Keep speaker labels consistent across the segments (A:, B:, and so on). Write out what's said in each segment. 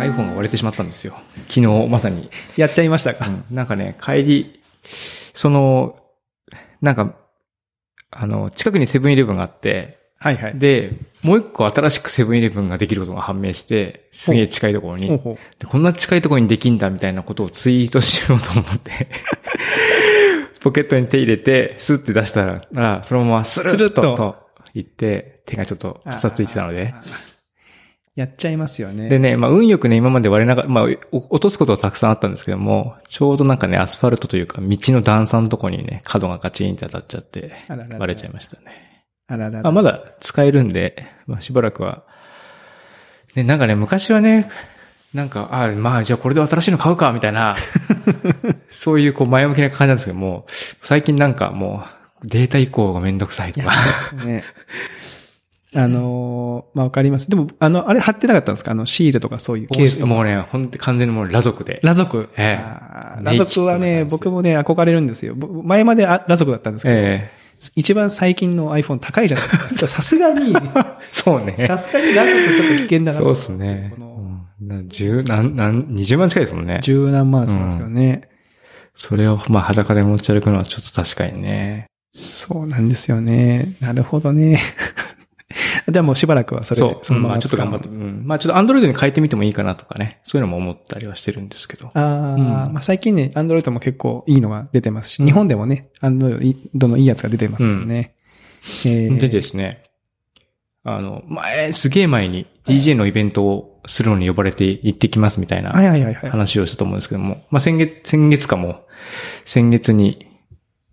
A: iPhone が割れてしまったんですよ。昨日、まさに。
B: やっちゃいましたか、
A: うんなんかね、帰り、その、なんか、あの、近くにセブンイレブンがあって、
B: はいはい。
A: で、もう一個新しくセブンイレブンができることが判明して、すげえ近いところに
B: ほう、ほう
A: でこんな近いところにできんだみたいなことをツイートしようと思って、 ポケットに手入れて、スッて出したら、らそのままスル
B: スル
A: ッ
B: ッ
A: と
B: と
A: と言って、手がちょっとかさついてたので。
B: あー。やっちゃいますよね。
A: でね、まあ運よくね、今まで割れなかった、まあお落とすことはたくさんあったんですけども、ちょうどなんかね、アスファルトというか、道の段差のとこにね、角がガチンって当たっちゃって、
B: あららら
A: 割れちゃいましたね。
B: あららら
A: あ、まだ使えるんで、まあ、しばらくは。ね、なんかね、昔はね、なんか、あまあ、じゃあこれで新しいの買うか、みたい な、そういうこう前向きな感じなんですけども、最近なんかもう、データ移行がめんどくさいとか。
B: ね。あのーまあ、わかります。でも、あの、あれ貼ってなかったんですかあの、シールとかそういうケースとか。
A: もうね、ほんと完全にもう裸族で。
B: ラ族。
A: ええ
B: あー
A: ネイキッド
B: ラ族は
A: な
B: ね、
A: 感じで
B: 僕もね、憧れるんですよ。ぼ前まであラ族だったんですけど、
A: え
B: 一番最近の iPhone 高いじゃないですか。さすがに、
A: えそうね
B: さ。すがにラ族ちょっと危険だなと
A: そうですね。
B: こ
A: う
B: の
A: んな十、なん、なん、20万近いですもんね。
B: 十何万とかですよね、
A: それを、まあ、裸で持ち歩くのはちょっと確かにね。
B: そうなんですよね。なるほどね。 でもうしばらくはそれ
A: そう
B: で、、そのま
A: うんまあ
B: ま
A: ちょっと頑張って。
B: 使う
A: うんまあちょっとアンドロイドに変えてみてもいいかなとかね。そういうのも思ったりはしてるんですけど。
B: ああ、
A: うん
B: まあ最近ね、アンドロイドも結構いいのが出てますし、
A: うん
B: 日本でもね、アンドロイドのいいやつが出てますよね。えー
A: でですね、あの、前、すげえ前に DJ のイベントをするのに呼ばれて行ってきますみたい
B: は
A: ない
B: はいはいはい。行
A: 話をしたと思うんですけども、まあ先月、先月かも、先月に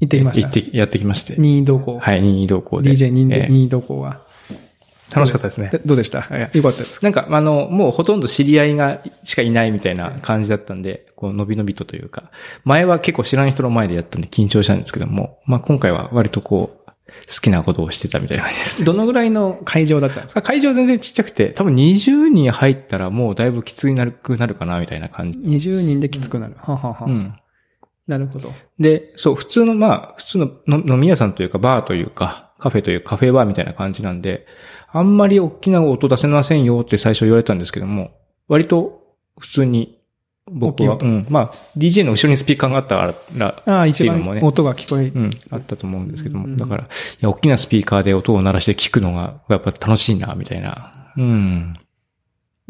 B: ってきました。
A: 行ってやってきまして、
B: 任意同行。
A: はい、任意同行で。
B: DJ 任意
A: ええ
B: 任意同行は。
A: 楽しかったですね。
B: でどうでした
A: え
B: よかったですか
A: なんか、あの、もうほとんど知り合いが、しかいないみたいな感じだったんで、こう、伸び伸びとというか、前は結構知らん人の前でやったんで緊張したんですけども、まあ今回は割とこう、好きなことをしてたみたいな感じです。
B: どのぐらいの会場だったんですか
A: あ会場全然ちっちゃくて、多分20人入ったらもうだいぶきついなるくなるかな、みたいな感じ。
B: ?20 人できつくなる。はははは
A: うん。
B: なるほど。
A: で、そう、普通の、まあ、普通のの飲み屋さんというか、バーというか、カフェというかカフェバーみたいな感じなんで、あんまり大きな音出せませんよって最初言われたんですけども、割と普通に、僕は、
B: 大き
A: う
B: い
A: ん、まあ、DJ の後ろにスピーカーがあったから、
B: ああ、一
A: っていうのも
B: 番
A: ね
B: 音が聞こえ、
A: うん、あったと思うんですけど
B: う
A: も、
B: ん
A: だから、いや、大きなスピーカーで音を鳴らして聞くのが、やっぱ楽しいな、みたいな。うん。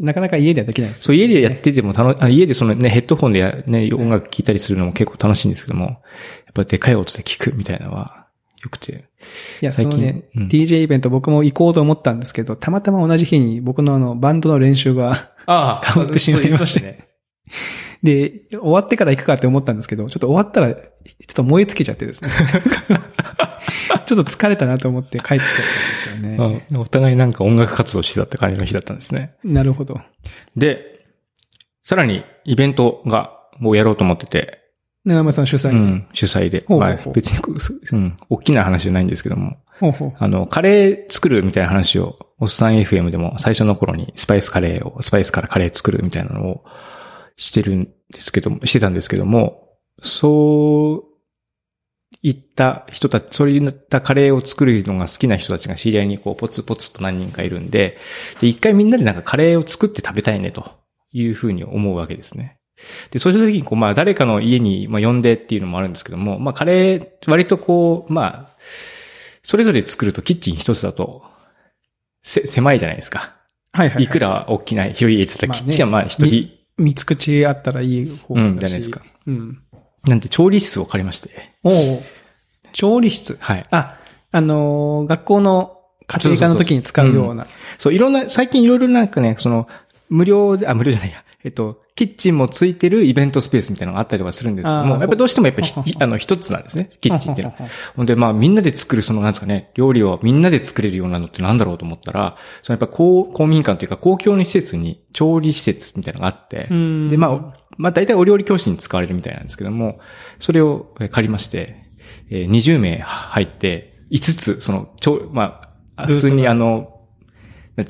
B: なかなか家ではできないです
A: そう、家でやってても楽、あ家でそのね、ヘッドホンでやね、音楽聴いたりするのも結構楽しいんですけども、やっぱでかい音で聞くみたいなのは、よくて。
B: いや、そ
A: 最
B: の
A: 近
B: ね、
A: うん
B: DJ イベント僕も行こうと思ったんですけど、たまたま同じ日に僕のあの、バンドの練習が、
A: あ
B: 変わってしまいました
A: ね。
B: で、終わってから行くかって思ったんですけど、ちょっと終わったら、ちょっと燃え尽きちゃっ てですね。ちょっと疲れたなと思って帰ってきちゃったんですよね。
A: うんお互いなんか音楽活動してたって感じの日だったんですね。
B: なるほど。
A: で、さらにイベントがもうやろうと思ってて、
B: 長山さん主催
A: う
B: に。
A: ん、主催で。
B: ほう
A: ま
B: ほうほ
A: あ
B: う
A: 別にこう、うん、大きな話じゃないんですけども、
B: ほうほう
A: あの、カレー作るみたいな話を、おっさん FM でも最初の頃にスパイスカレーを、スパイスからカレー作るみたいなのをしてるんですけども、してたんですけども、そう、いった人たち、そういったカレーを作るのが好きな人たちが知り合いにこう、ポツポツと何人かいるんで、で、一回みんなでなんかカレーを作って食べたいねというふうに思うわけですね。で、そうした時にこう、まあ誰かの家に、まあ、呼んでっていうのもあるんですけども、まあカレー、割とこう、まあ、それぞれ作るとキッチン一つだと、せ、狭いじゃないですか。
B: はいはいはい。
A: いくら大きな広い家つったら
B: まあ
A: キ
B: ね
A: ッチンはまあ一人、
B: 三つ口あったらいい方
A: うんじ
B: だ
A: ゃ
B: し
A: ないですか。
B: うん。
A: なんで調理室を借りまして。
B: おう調理室。
A: はい。
B: あ、あのー学校の家庭科の時に使うような。
A: そう、いろんな、最近いろいろなんかね、その、無料で、あ、無料じゃないや。えっと、キッチンもついてるイベントスペースみたいなのがあったりはするんですけども、
B: あー
A: やっぱどうしてもやっぱひ
B: ほう ほうほう
A: あの一つなんですね、キッチンっていうのは
B: ほうほうほ
A: ほんで、まあ、みんなで作る、その、なんですかね、料理をみんなで作れるようなのってなんだろうと思ったら、そのやっぱ公、公民館というか、公共の施設に、調理施設みたいなのがあって
B: う、ん
A: で、まあ、おまあ、大体お料理教室に使われるみたいなんですけども、それをえー借りまして、えー20名入って、5つ、その、ちょ、まあ、あ
B: ブ
A: 普
B: ースが
A: 通にあの、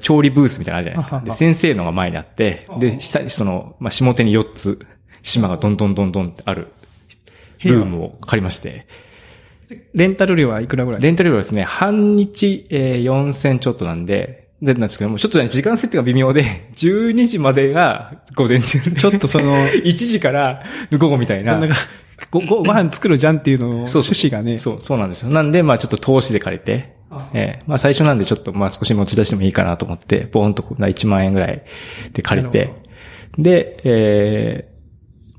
A: 調理ブースみたいなのあるじゃないです
B: あ
A: か。
B: はは
A: で、先生のが前にあって、で、下にその、まあ、下手に4つ、島がどんどんどんどんってある、
B: 部屋
A: ルームを借りまして、
B: レンタル料はいくらぐらい
A: レンタル料はですね、半日、えー4000ちょっとなんで、で、なんですけども、ちょっとね、時間設定が微妙で、12時ま でが午前中で
B: ちょっとその、
A: 1時から午後みたい
B: な
A: な。
B: んか、ご、ご、ご飯作るじゃんっていうの の
A: そうそう
B: 趣旨がね。
A: そう、そうなんですよ。なんで、まあちょっと投資で借りて、
B: あ
A: ええまあ最初なんでちょっと、まあ少し持ち出してもいいかなと思って、ポーンとこうな1万円ぐらいで借り
B: なる
A: て
B: ほ、
A: で、ええ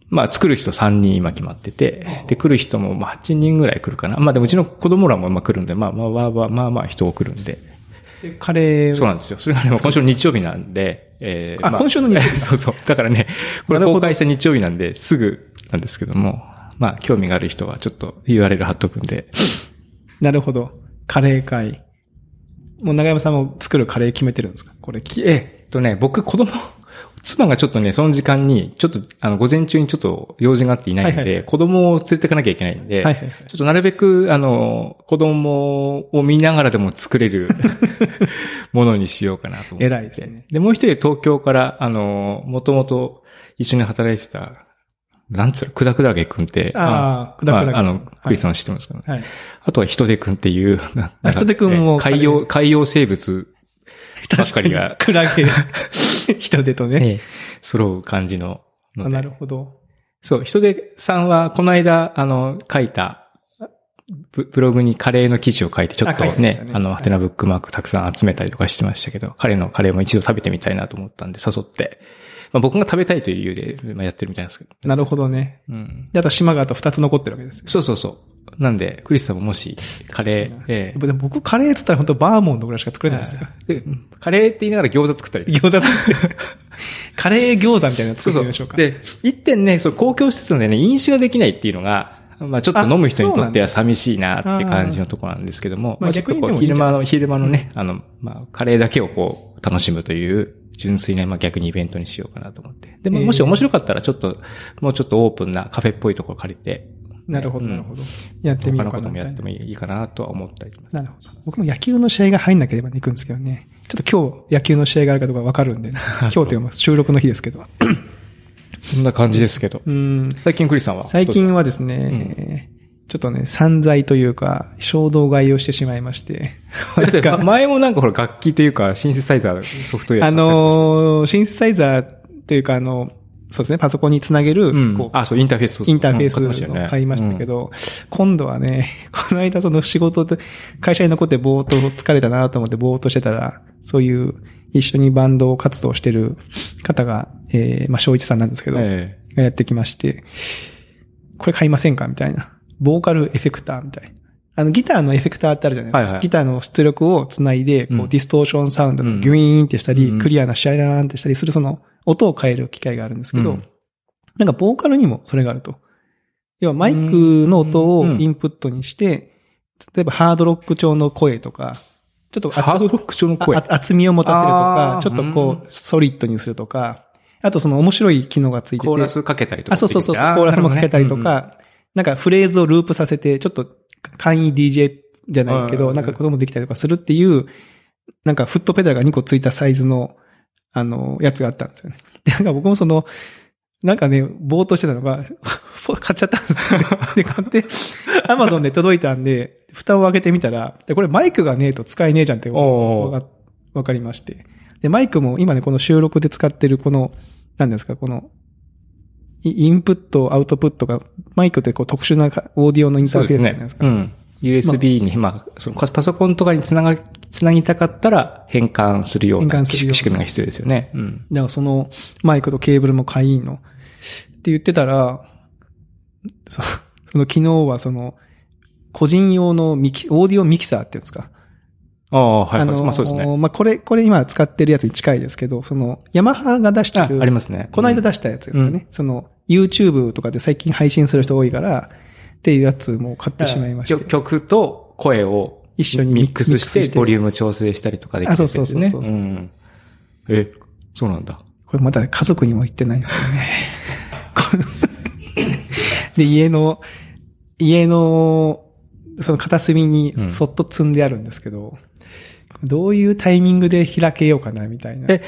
A: まあ作る人3人今決まってて、で来る人もまあ8人ぐらい来るかな。まあでもうちの子供らもまあ来るんで、まあまあまあまあまあまあ人を来るんで。
B: でカレーを。
A: そうなんですよ。それがね、今週の日曜日なんで、え
B: あ今週の日曜 日
A: そうそう。だからね、これ公開した日曜日なんで、すぐなんですけども、まあ、興味がある人はちょっと URL 貼っとくんで、
B: なるほど。カレー会。もう長山さんも作るカレー決めてるんですかこれき。
A: き えっとね、僕、子供、 妻がちょっとね、その時間に、ちょっと、あの、午前中にちょっと用事があっていないので、
B: はいはい
A: 子供を連れてかなきゃいけないんで、
B: はいはいはい
A: ちょっとなるべく、あの、子供を見ながらでも作れ るものにしようかなと思ってて。
B: 偉いですね
A: で、もう一人東京から、あの、もともと一緒に働いてた、なんつうの、くだくだげくんって、
B: ああ、く
A: の
B: だくだ
A: まあ、あの、クリスさん知ってますけどね。
B: はい。
A: あとはヒトデくんっていう、な
B: あヒトデくんも
A: え海洋、海洋生物ばっかり が
B: 確かにクラゲ。人手とね。
A: ええ、揃う感じのの
B: あ
A: で
B: なるほど。
A: そう、人手さんは、この間、あの、書いた、ブブログにカレーの記事を書いて、ちょっと
B: あ書いてま
A: ね
B: した、ね
A: あの、
B: はい
A: ハテナブックマークたくさん集めたりとかしてましたけど、彼のカレーも一度食べてみたいなと思ったんで、誘って。まあ僕が食べたいという理由で、まあ、やってるみたいなんですけど。
B: なるほどね。
A: うん。
B: で、あと島があと2つ残ってるわけですよ。
A: そうそうそう。なんで、クリスさんももし、カレー、ええ
B: でも僕、カレーっつったら本当バーモントぐらいしか作れないですよ。
A: でカレーって言いながら餃子作ったり。
B: 餃子作 って。カレー餃子みたいなの
A: そう
B: 作って
A: そ
B: み
A: う
B: ましょう。か。
A: で、一点ね、そう公共施設なんでね、飲酒ができないっていうのが、まあちょっと飲む人にとっては寂しいなって感じのところなんですけども、
B: あー
A: まあちょっとこ
B: まあ
A: う
B: 逆にで
A: 昼
B: もいいんじゃ
A: 間
B: ない
A: の、昼間のね、あの、まあカレーだけをこう楽しむという純粋な、まあ逆にイベントにしようかなと思って。でも、
B: えー
A: もし面白かったらちょっと、もうちょっとオープンなカフェっぽいところ借りて、
B: なるほど、
A: うん
B: なるほど。やって
A: 他
B: みよう
A: の
B: か
A: こと
B: なみ
A: もや
B: たい
A: っ
B: な
A: て。もいいかなとは思ったりします。
B: なるほど。僕も野球の試合が入んなければね行くんですけどね。ちょっと今日野球の試合があるかどうかわかる んでね、今日というか収録の日ですけど。
A: そんな感じですけど。
B: うん。
A: 最近クリスさんは
B: 最
A: どう
B: 近はですね、ちょっとね、散財というか、衝動買いをしてしまいまして。
A: です
B: なん
A: かま
B: か、
A: 前もなんかほら楽器というかシンセサイザーソフトウェア
B: あ
A: とか
B: のー、シンセサイザーというか、あの、そうですね、パソコンにつなげる、
A: うん
B: こう、
A: あ、そう、インターフェース。
B: インターフェー
A: うん買って
B: ス
A: よね
B: の買いましたけど、今度はね、 この間その仕事で、会社に残ってぼーっと疲れたなと思ってぼーっとしてたら、そういう一緒にバンド活動してる方が、えー、まあ、正一さんなんですけ
A: うん
B: ど、
A: え
B: がやってきまして、これ買いませんかみたいな。ボーカルエフェクターみたいな。あの、ギターのエフェクターってあるじゃないですか。
A: はいはい
B: ギターの出力をつないで、こう、
A: うん
B: ディストーションサウンド
A: うん
B: のギュイーンってしたり、
A: うん
B: クリアなシャラーンってしたりする、その、音を変える機械があるんですけど、
A: うん
B: なんか、ボーカルにもそれがあると。要は、マイクの音をインプットにして、例えば、ハードロック調の声とか、ちょっと
A: え。ハードロック調の声。
B: ああ厚みを持たせると
A: あ
B: か
A: ー、
B: ちょっとこう、ソリッドにするとか、あとその面白い機能がついてて。
A: コーラスかけたりとか。
B: あ、そうそうそうそう、コーラスもかけたりと。か、なんかフレーズをループさせて、ちょっと簡易 DJ じゃないけ
A: う
B: ど、
A: ん
B: なんかこともできたりとかするっていう、なんかフットペダルが2個ついたサイズの、あの、やつがあったんですよね。で、なんか僕もその、なんかね、ぼーっとしてたのが、 買っちゃったんですよ、で、買って、アマゾンで届いたんで、蓋を開けてみたら、で、これマイクがねえと使えねえじゃんって
A: おー
B: わかわかりまして。で、マイクも今ね、この収録で使ってるこの、何ですか、この、イインプット、アウトプットが、マイクってこう特殊なかオーディオのインタ
A: そ
B: ー
A: う
B: フェ
A: で
B: ース
A: す
B: じゃない
A: ね
B: です。か。
A: うん。USB に、まあ、そのパソコンとかにつなが、つなぎたかったら変換するよう
B: 変
A: な
B: 換するような
A: 仕組みが必要ですよね。うん。
B: だからそのマイクとケーブルも買いの。って言ってたら、そその昨日はその、個人用のミキ、オーディオミキサーっていうんですか。
A: ああ、はいはい。
B: の
A: まあそうですね。
B: まあこれ、これ今使ってるやつに近いですけど、その、ヤマハが出して
A: あ、
B: る
A: ありますね。
B: この間出
A: し
B: したやつですかね。その、YouTube とかで最近配信する人多いから、っていうやつも買ってしまいまして。
A: 曲と声を
B: 一緒に
A: ミックスし
B: ミックス
A: て、
B: して
A: ボリューム調整したりとかできるんですね。
B: あそうそうそうそう
A: うんえ、そうなんだ。
B: これまだ家族にも言ってないんですよね。 こので、家の、家の、その片隅に
A: うん
B: そっと積んであるんですけど、どういうタイミングで開けようかな、みたいな。
A: え、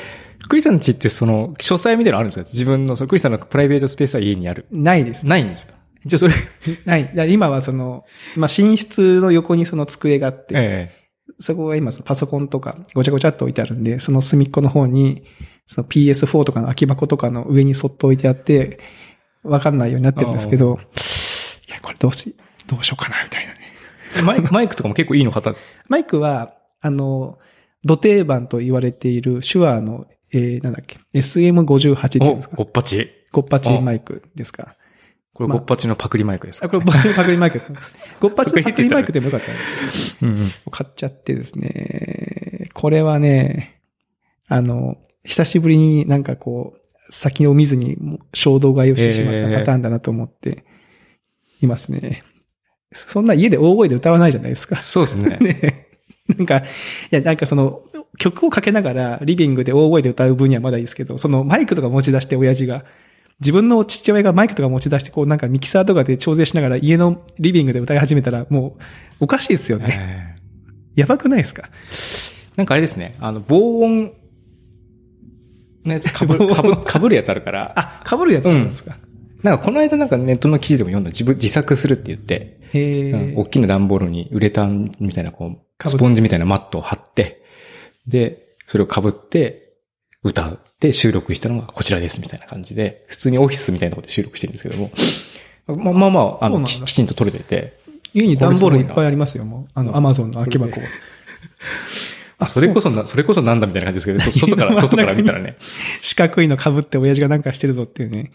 A: クリスさんの家ってその、書斎みたいなのあるんですか自分の、そのクリスさんのプライベートスペースは家にある。
B: ないです。
A: ないんですよ。じゃあそれ、
B: ない。だから今はその、まあ、寝室の横にその机があって、
A: え
B: そこが今、パソコンとかごちゃごちゃっと置いてあるんで、その隅っこの方に、その PS4 とかの空き箱とかの上にそっと置いてあって、わかんないようになってるんですけど、いや、これどうし、どうしようかな、みたいなね。
A: マ イク、マイクとかも結構いいの買ったんです
B: マイクは、あの、土定番と言われている手話の、えー、なんだっけ、SM58 っていうんですか
A: お、ごっぱち。
B: ゴッパチマイクですか。
A: これ
B: まあ
A: ごっぱちのパクリマイクです。
B: あ、これ、パクリマイクですね。 ゴッパチのパクリマイクでもよかったんですけど
A: うんうん。
B: 買っちゃってですね、これはね、あの、久しぶりになんかこう、先を見ずに衝動買いをしてしまったパターンだなと思っていますね。そんな家で大声で歌わないじゃないですか。
A: そうです ね。
B: ね。なんか、いや、なんかその、曲をかけながら、リビングで大声で歌う分にはまだいいですけど、そのマイクとか持ち出して、親父が。自分の父親がマイクとか持ち出して、こうなんかミキサーとかで調整しながら、家のリビングで歌い始めたら、もう、おかしいですよね。
A: えー
B: やばくないですか
A: なんかあれですね、あの、防音のやつかぶ、
B: 防音
A: かぶ、かぶるやつあるから、
B: あ、被るやつなんですか、
A: なんかこの間なんかネットの記事でも読んだ自分、自作するって言って、
B: へえ、
A: うん大きな段ボールにウレタンみたいなこ
B: か
A: う、
B: ぶせ
A: スポンジみたいなマットを貼って、で、それを被って、歌う。で、収録したのがこちらですみたいな感じで、普通にオフィスみたいなところで収録してるんですけども、まあまあまあ、あ
B: そ
A: の、
B: うなんだ
A: ききちんと撮れてて、
B: 家に段ボールいっぱいありますよ、もう。あの、アマゾンの空き箱。
A: あ、それこそな、それこそなんだみたいな感じですけど、そ外から、外から見たらね。
B: 四角いの被って親父がなんかしてるぞっていうね。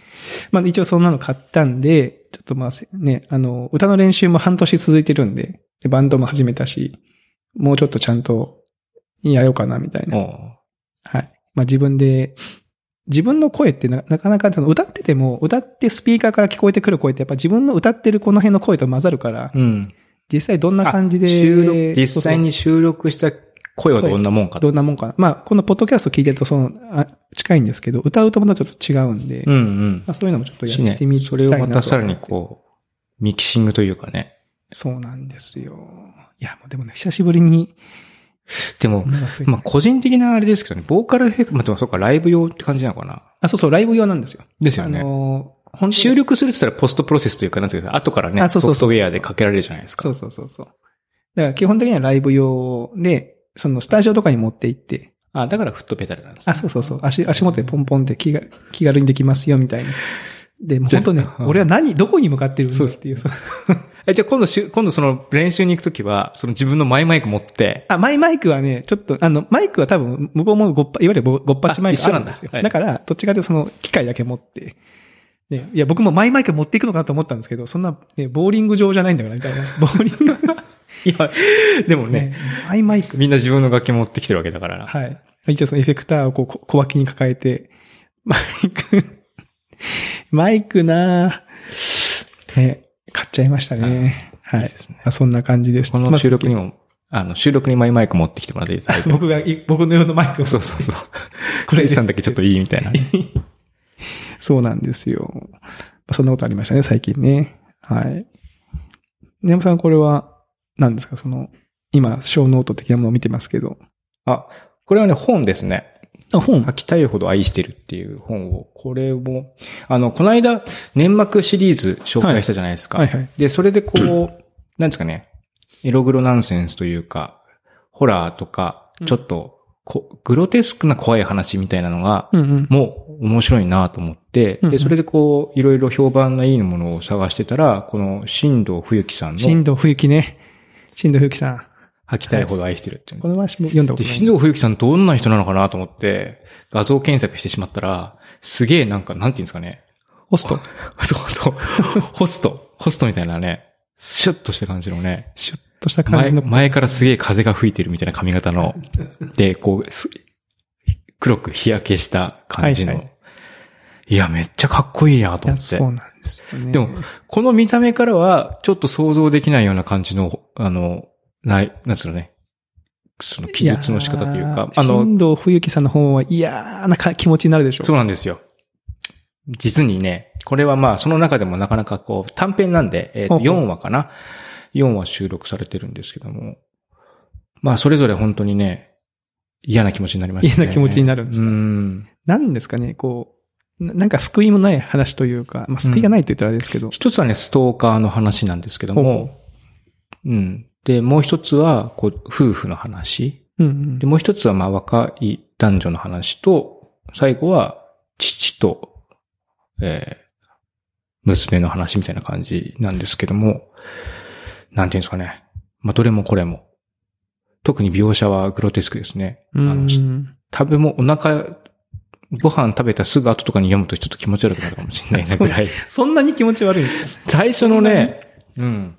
B: まあ一応そんなの買ったんで、ちょっとまあせね、あの、歌の練習も半年続いてるんで、でバンドも始めたし、もうちょっとちゃんとやろうかなみたいな。
A: も
B: はい。まあ自分で、自分の声ってななかなかその歌ってても、歌ってスピーカーから聞こえてくる声ってやっぱ自分の歌ってるこの辺の声と混ざるから、
A: う。うん。
B: 実際どんな感じで、
A: あ収録、実際
B: に
A: に収録した声はどんなもんかと。
B: どんなもんかな。まあこのポッドキャスト聞いてるとその、あ近いんですけど、歌うとまたちょっと違うんで、
A: うんうん
B: ま。あ、そういうのもちょっとや
A: しね
B: ってみたいなと
A: それをまたさらにこう、ミキシングというかね。
B: そうなんですよ。いや、もうでもね、久しぶりに、
A: でも、
B: 胸が増え た
A: まあ個人的なあれですけどね、ボーカルヘク、まあでもそうか、ライブ用って感じなのかな。
B: あ、そうそう、ライブ用なんですよ。
A: ですよ
B: あ
A: ね。
B: のー、本当に
A: 収録するって言ったらポストプロセスというか、なんていうか、後からね、
B: あそ
A: ソ
B: うそうそう
A: フトウェアでかけられるじゃないです
B: そ
A: か
B: う。そうそうそう。だから基本的にはライブ用で、そのスタジオとかに持って行って、
A: あ、だからフットペダルなんです
B: あ、そうそうそう、足、足元でポンポンって気が気軽にできますよ、みたいな。で、もう
A: じゃあ
B: 本当ね、
A: うん
B: 俺は何、どこに向かってるんだっていう、そう
A: え、じゃあ今度しゅ、今度その練習に行くときは、その自分のマイマイク持 って、
B: あ、マイマイクはね、ちょっと、あの、マイクは多分、向こうもごっぱ、いわゆるごっぱちマイク
A: あ一緒
B: あ
A: な
B: る
A: ん
B: ん
A: だ
B: ですよ。
A: はい
B: だから、どっちかというとその機械だけ持って。ね、いや、僕もマイマイク持っていくのかなと思ったんですけど、そんな、ね、ボーリング場じゃないんだから、みたい な。ボーリング。
A: いや、でもね、
B: ね、マイマイク。
A: みんな自分の楽器持ってきてるわけだからな。
B: はい。一応そのエフェクターをこうこ小脇に抱えて、マイク、 マイクなぁね、買っちゃいましたね。はい。
A: いいですね
B: まあそんな感じです。
A: この収録にも、あの、収録にマイマイク持ってきてもらっていただいて。
B: 僕が、い僕の用のマ イクを
A: そうそうそう。
B: こ
A: こ
B: れ
A: れ
B: です
A: さんだけちょっといいみたいな。
B: そうなんですよ。そんなことありましたね、最近ね。はい。根山さん、これは、何ですかその、今、小ノート的なものを見てますけど。
A: あ、これはね、本ですね。
B: あ、本
A: 書きたいほど愛してるっていう本を、これも、あの、この間、粘膜シリーズ紹介したじゃないですか。
B: はいはい。
A: で、それでこう、 なんですかね、エログロナンセンスというか、ホラーとか
B: う、ん
A: ちょっとこ、グロテスクな怖い話みたいなのが、
B: うんうん。
A: もう面白いなと思って、
B: うんうん
A: で、それでこう、いろいろ評判がいいものを探してたら、この、新藤冬樹さんの、
B: 新藤冬樹ね。新藤冬樹さん。
A: 吐きたいほど愛してるっていうの
B: この話も読んだこと
A: で、
B: ない。
A: 新藤冬樹さんどんな人なのかなと思って、画像検索してしまったら、すげえなんか、なんていうんですかね。
B: ホスト。
A: そうそう。ホスト。ホストみたいなね、シュッとした感じのね、
B: シュッとした感
A: 前
B: じの。
A: 前からすげえ風が吹いてるみたいな髪型の、で、こう、す黒く日焼けした感じの、
B: はい
A: い
B: はい
A: や、めっちゃかっこいいなと
B: いや
A: 思っ
B: そ
A: て
B: う。なんですよね。
A: でも、この見た目からは、ちょっと想像できないような感じの、あの、ない、なんつうのね、その記述の仕方というか、
B: あ
A: あの、
B: の、新藤冬樹さんの方は嫌なか気持ちになるでしょう。
A: そうなんですよ。実にね、これはまあ、その中でもなかなかこう、短編なんで、えーと
B: ほうほう
A: 4話かな ?4 話収録されてるんですけども、まあ、それぞれ本当にね、嫌な気持ちになりましたね。
B: 嫌な気持ちになるんです
A: う
B: ね
A: ん。
B: なんですかね、こう、ななんか救いもない話というか、まあ救いがないと言ったらあれですけど、
A: 一つはね、ストーカーの話なんですけど
B: ほうほ
A: も、うん。で、もう一つは、こう、夫婦の話。
B: うんうん
A: で、。もう一つは、まあ、若い男女の話と、最後は、父と、えー娘の話みたいな感じなんですけども、なんていうんですかね。まあ、どれもこれも。特に描写はグロテスクですね。
B: うん
A: あの
B: うん
A: 食べも、お腹、ご飯食べたすぐ後とかに読むとちょっと気持ち悪くなるかもしれないなぐらい。
B: そんなに気持ち悪いんですか
A: 最初のね、うん。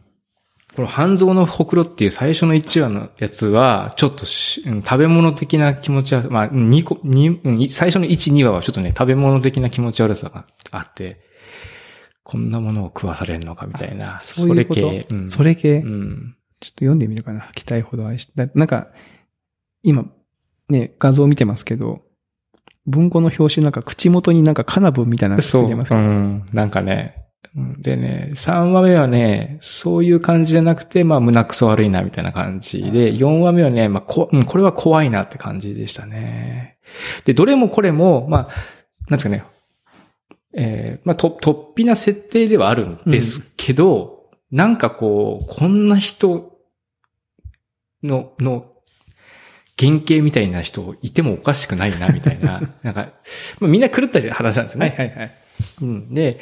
A: この半蔵のほくろっていう最初の1話のやつは、ちょっとしうん食べ物的な気持ちは、まあ、2個、二うん最初の1、2話はちょっとね、食べ物的な気持ち悪さがあって、こんなものを食わされるのかみたいな、
B: そういうこと。
A: それ系。うん、
B: それ系。
A: う
B: ちょっ
A: ん。
B: と読んでみるかな。期待ほど愛して。だなんか、今、ね、画像見てますけど、文庫の表紙なんか口元になんかカナブンみたいなのがつ
A: そう。
B: いてま
A: う
B: すけど
A: ん。なんかね。うんでね、3話目はね、そういう感じじゃなくて、まあ胸くそ悪いなみたいな感じで、4話目はね、まあこ、うんこれは怖いなって感じでしたね。で、どれもこれも、まあ、なんですかね、えーまあ、と、突飛な設定ではあるんですけど、なんかこう、こんな人の、の、原型みたいな人いてもおかしくないな、みたいな。 なんか、まあ、みんな狂った話なんですよね。
B: はいはい。
A: うん。で、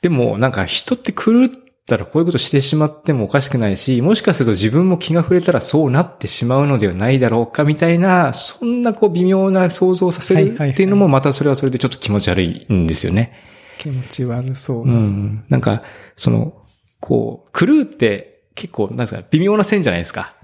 A: でもなんか人って狂ったらこういうことしてしまってもおかしくないし、もしかすると自分も気が触れたらそうなってしまうのではないだろうかみたいな、そんなこう微妙な想像をさせ
B: はい
A: る
B: はいはい
A: っていうのもまたそれはそれでちょっと気持ち悪いんですよね。
B: 気持ち悪そう
A: う。ん。なんか、その、こう、狂うって結構、なんですか、微妙な線じゃないですか。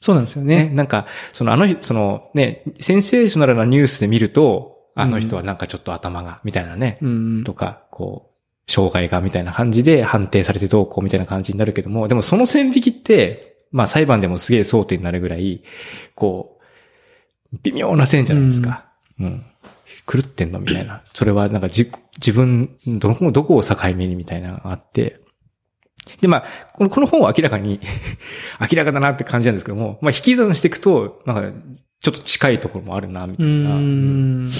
B: そうなんですよ
A: ね、
B: ね。
A: なんか、そのあの人、そのね、センセーショナルなニュースで見ると、あの人はなんかちょっと頭が、みたいなね、
B: うん。
A: とか、こう、障害がみたいな感じで判定されてどうこうみたいな感じになるけども、でもその線引きって、まあ裁判でもすげえ争点になるぐらい、こう、微妙な線じゃないですか。うん。狂ってんのみたいな。それはなんか自自分、どこ、どこを境目にみたいなのがあって。で、まあ、このこの本は明らかに、 明らかだなって感じなんですけども、まあ引き算していくと、なんか、ちょっと近いところもあるな、みた
B: う
A: いな。うん
B: ん。い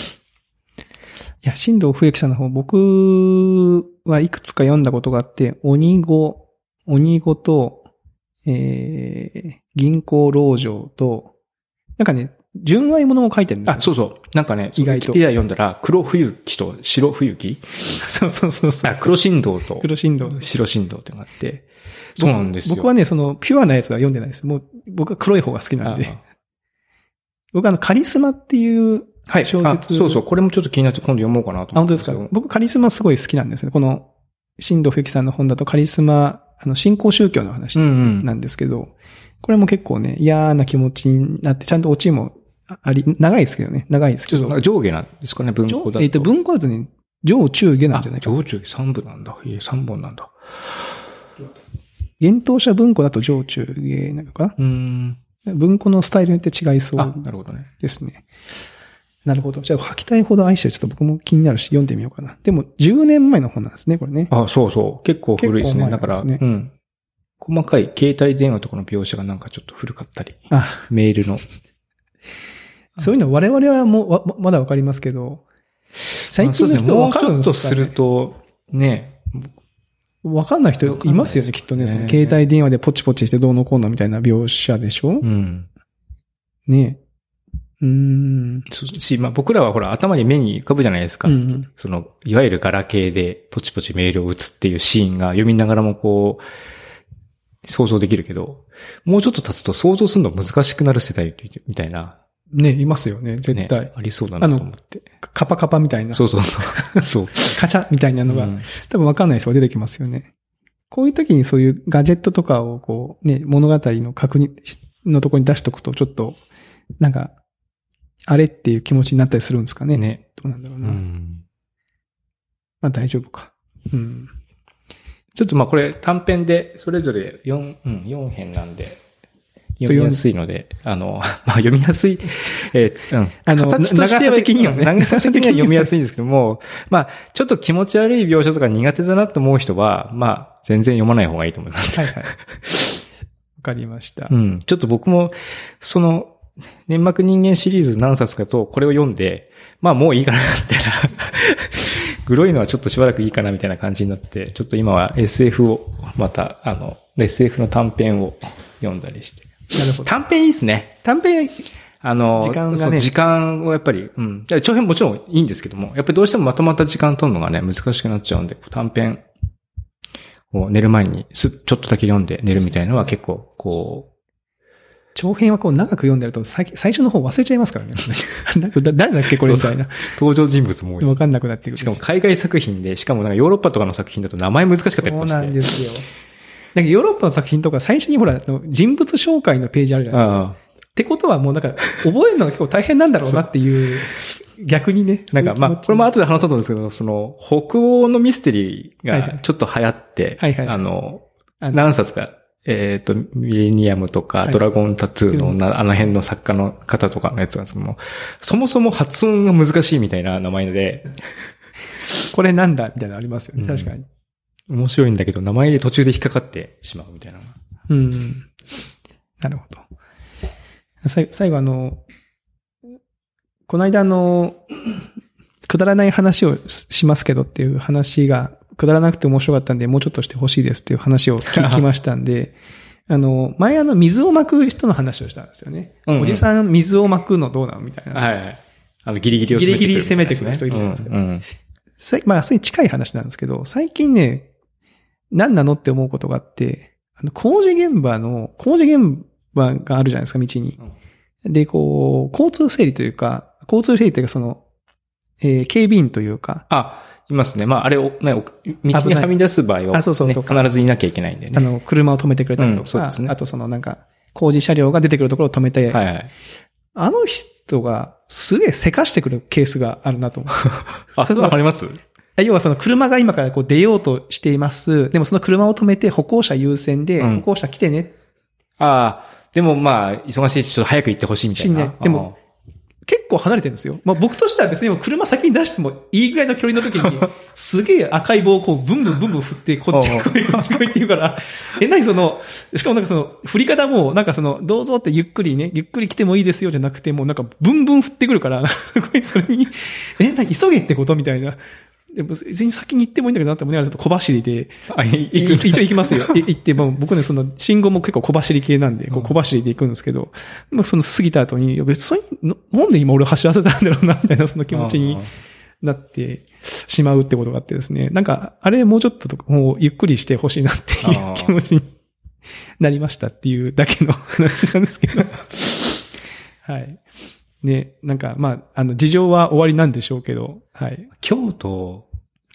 B: や、新藤冬樹さんの方、僕はいくつか読んだことがあって、鬼語、鬼語と、えー、銀行老城と、なんかね、純愛物も書いてるんですよ
A: あ、そうそう。なんかね、
B: 意外と
A: ウィキペディア読んだら、黒冬樹と白冬樹
B: そうそうそうそう
A: あ、。黒振動と
B: 黒振動。
A: 白振動っていうのがあって、そうなんですよ。
B: 僕はね、その、ピュアなやつは読んでないです。もう、僕は黒い方が好きなんで。
A: あ
B: 僕はあの、カリスマっていう
A: はい。
B: 小
A: あ
B: 説。
A: そうそう。これもちょっと気になって今度読もうかなと
B: あ、
A: 思っ
B: 本当
A: て
B: ですか。僕、カリスマすごい好きなんですね。この、新藤冬樹さんの本だとカリスマ、あの、信仰宗教の話
A: うんうん。
B: なんですけど、これも結構ね、嫌な気持ちになって、ちゃんとオチもああり、長いですけどね、長いです
A: ち
B: け
A: ょっと
B: ど
A: なんか、上下なんですかね、文庫だ
B: えっと、文庫だとね、上中下なん
A: あ
B: じゃない、かな。
A: 上中3部なんだ。いえ、3本なんだ。
B: 厳冬者文庫だと上中下なのか
A: うーん。
B: な文庫のスタイルによって違いそ
A: あ
B: う、
A: なるほどね。
B: ですね。なるほど。じゃあ、吐きたいほど愛してるちょっと僕も気になるし、読んでみようかな。でも、10年前の本なんですね、これね。
A: あ、そうそう。結構古いですね。だ
B: 結
A: か
B: 構前
A: ら、
B: なん
A: う
B: ですね
A: ん。細かい携帯電話とかの描写がなんかちょっと古かったり、
B: あ、
A: メールの。
B: そういうの我々はもうわままだわかりますけど、最近の人
A: も
B: わ
A: う
B: か
A: ち
B: るん
A: ょ
B: で
A: っ
B: す
A: と
B: か、
A: する
B: ね、
A: と、ね、
B: わかんない人いますよね、
A: わかんないですね
B: きっとね。その携帯電話でポチポチしてどうのこうのみたいな描写でしょ、
A: うん。
B: ねえ。うーん。
A: そうし、まあ僕らはほら頭に目に浮かぶじゃないですか。
B: うん
A: その、いわゆるガラケーでポチポチメールを打つっていうシーンが読みながらもこう、想像できるけど、もうちょっと経つと想像するの難しくなる世代みたいな、
B: ねえいますよね、絶
A: ね
B: 対。、
A: ありそうだなと思って。
B: カパカパみたいな、
A: そうそうそう。そう。
B: カチャみたいなのが、
A: うん
B: 多分わかんない人が出てきますよね。こういう時にそういうガジェットとかをこう、ね、物語の確認しのとこに出しとくと、ちょっと、なんか、あれっていう気持ちになったりするんですかね。
A: ね。
B: どうなんだろう
A: う
B: な。
A: ん
B: まあ大丈夫か。うん。
A: ちょっとまあこれ短編で、それぞれ4、うん、四編なんで、読みやすいので、あの、 まあ読みやすい、えーうん。
B: あの
A: 形として
B: 長さ
A: は、
B: 的にはね
A: 長さ的には読みやすいんですけども、 まあちょっと気持ち悪い描写とか苦手だなと思う人は、まあ全然読まない方がいいと思います。
B: はい はい。わかりました
A: う。ん。ちょっと僕も、その、粘膜人間シリーズ何冊かと、これを読んで、まあもういいかな、みたいな。 グロいのはちょっとしばらくいいかな、みたいな感じになって、ちょっと今は SF をまた、あの、で SF の短編を読んだりして。
B: なるほど。
A: 短編いいっすね。
B: 短編、
A: あの、
B: 時間がね
A: そう時間をやっぱり、うん。いや長編もちろんいいんですけども、やっぱりどうしてもまとまった時間取るのがね、難しくなっちゃうんで、短編を寝る前にす、ちょっとだけ読んで寝るみたいなのは結構、こ
B: 長編はこう長く読んでると、さ最初の方忘れちゃいますからね。 なんかだ誰だっけこれみたいな。
A: う、登場人物も多い
B: わ
A: し。
B: かんなくなってくる。
A: しかも海外作品で、しかもなんかヨーロッパとかの作品だと名前難しかったり
B: そ
A: も
B: う
A: して。
B: なんですよ。なんかヨーロッパの作品とか最初にほら、あの人物紹介のページあるじゃないですか。
A: ああ
B: ってことはもうなんか、覚えるのが結構大変なんだろうなっていう、逆にね。
A: なんかまあ、これも後で話そうと思うんですけど、その、北欧のミステリー
B: はいは
A: が
B: い
A: ちょっと流行って、
B: はいはい
A: あの、
B: あの
A: 何冊か、えっ、と、ミレニアムとか、
B: はい
A: ドラゴンタトゥーのな、あの辺の作家の方とかのやつなんですけども、そもそも発音が難しいみたいな名前で、
B: これなんだみたいなのありますよね。
A: うん
B: 確かに。
A: 面白いんだけど、名前で途中で引っかかってしまうみたいな。
B: うん。なるほど。さい最後あの、この間あの、くだらない話をししますけどっていう話が、くだらなくて面白かったんで、もうちょっとしてほしいですっていう話を聞きましたんで、 あの、前あの、水をまく人の話をしたんですよね。
A: うんうん
B: おじさん、水をまくのどうなのみたいな。
A: はい。あの、ギリギリを
B: ギリギリ攻めてくる人いるじゃないですか
A: うんうん
B: さいまあ、それに近い話なんですけど、最近ね、何なのって思うことがあって、あの、工事現場の、工事現場があるじゃないですか、道に。で、こう、交通整理というか、交通整理というか、その、えー警備員というか、
A: あ、いますね。まあ、あれを、ね、お道に
B: 危ない
A: はみ出す場合は、
B: あそうそう
A: ね
B: と
A: 必ずいなきゃいけないんでね。
B: あの、車を止めてくれたりと
A: うんそう
B: か、
A: ですね
B: あとそのなんか、工事車両が出てくるところを止めて、
A: はいはい。
B: あの人がすげえせかしてくるケースがあるなと思う
A: あ、
B: そ
A: そ
B: れ
A: れ
B: は
A: わかります
B: 要はその車が今からこう出ようとしています。でもその車を止めて歩行者優先で、
A: うん
B: 歩行者来てね
A: ああ、でもまあ、忙しいし、ちょっと早く行ってほしいみたい
B: し
A: な。
B: ねでも結構離れてるんですよ。まあ僕としては別にもう車先に出してもいいぐらいの距離の時 に、すげえ赤い棒をこうブンブンブンブン振って、こっち
A: おうおう
B: 来い、こっち来いって言う から、え、何その、しかもなんかその、振り方も、なんかその、どうぞってゆっくりね、ゆっくり来てもいいですよじゃなくて、もうなんかブンブン振ってくるから、すごいそれに、え、何急げってことみたいな。でも別に先に行ってもいいんだけどなって思いながらちょっと小走りで、
A: ああ、あい行く
B: 一応行きますよ。い行って、もう僕ね、その、信号も結構小走り系なんで、こ
A: う
B: う
A: ん
B: 小走りで行くんですけど、まあその過ぎた後に、いや別に、のなんで今俺走らせたんだろうな、みたいなその気持ちに。なってしまうってことがあってですね、なんか、あれもうちょっとと、もうゆっくりしてほしいなっていう
A: あー
B: 気持ちになりましたっていうだけの 話なんですけど。はい。ね、なんか、まあ、あの、事情は終わりなんでしょうけど、はい。
A: 京都、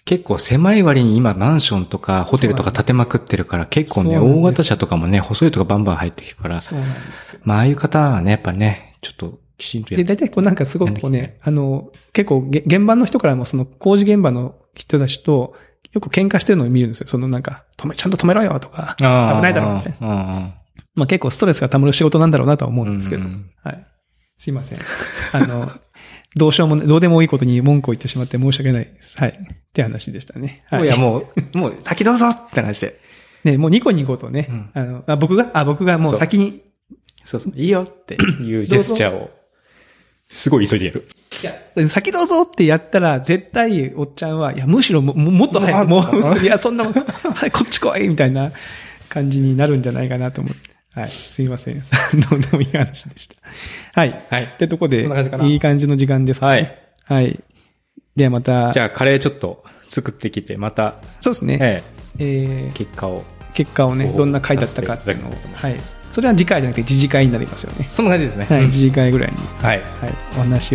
A: 結構狭い割に今マンションとかホテルとか建てまくってるから、結構ね、
B: そうなんです
A: 大型車とかもね、細いとかバンバン入ってきるから、
B: そうなんですよ。
A: まあ、ああいう方はね、やっぱね、ちょっときちんとや
B: で、
A: って。
B: 大体こうなんかすごくこうね、あの、結構げ現場の人からもその工事現場の人たちとよく喧嘩してるのを見るんですよ。そのなんか、止め、ちゃんと止めろよとか、
A: 危
B: 危ないだろうみたい
A: な。
B: まあ結構ストレスが溜まる仕事なんだろうなとは思うんですけど、
A: うんうん
B: はい。すいません。あの、どうしようもね、どうでもいいことに文句を言ってしまって申し訳ないです。はい。って話でしたね。はいい。
A: や、もう、 もう、先どうぞって話で。
B: ね、もうニコニコとね、
A: うん
B: あのあ、僕が、あ、僕がもう
A: そう
B: 先に、
A: そうそう、いいよっていうジェスチャーを、すごい急いでやる。
B: いや、先どうぞってやったら、絶対、おっちゃんは、いや、むしろも、ももっと早く、
A: も
B: も
A: う
B: う、い や、そんなもん、はい、こっち来いみたいな感じになるんじゃないかなと思って。はい、すいません。 どうでもいい話でした。はい。
A: は
B: っ
A: い。
B: てとこで
A: こんな感じか、ない
B: い感じの時間ですかね。はい。ではまた、
A: じゃあ、カレーちょっと作ってきて、また、
B: そうですね。
A: え
B: え
A: え、結果を。
B: ー結果をね、どんな回だったかっていうのを。はい。それは次回じゃなくて、次次回になりますよね。
A: そんな感じですね。
B: は
A: う
B: い、
A: ん
B: 次次回ぐらいに、
A: はい。
B: はい、お話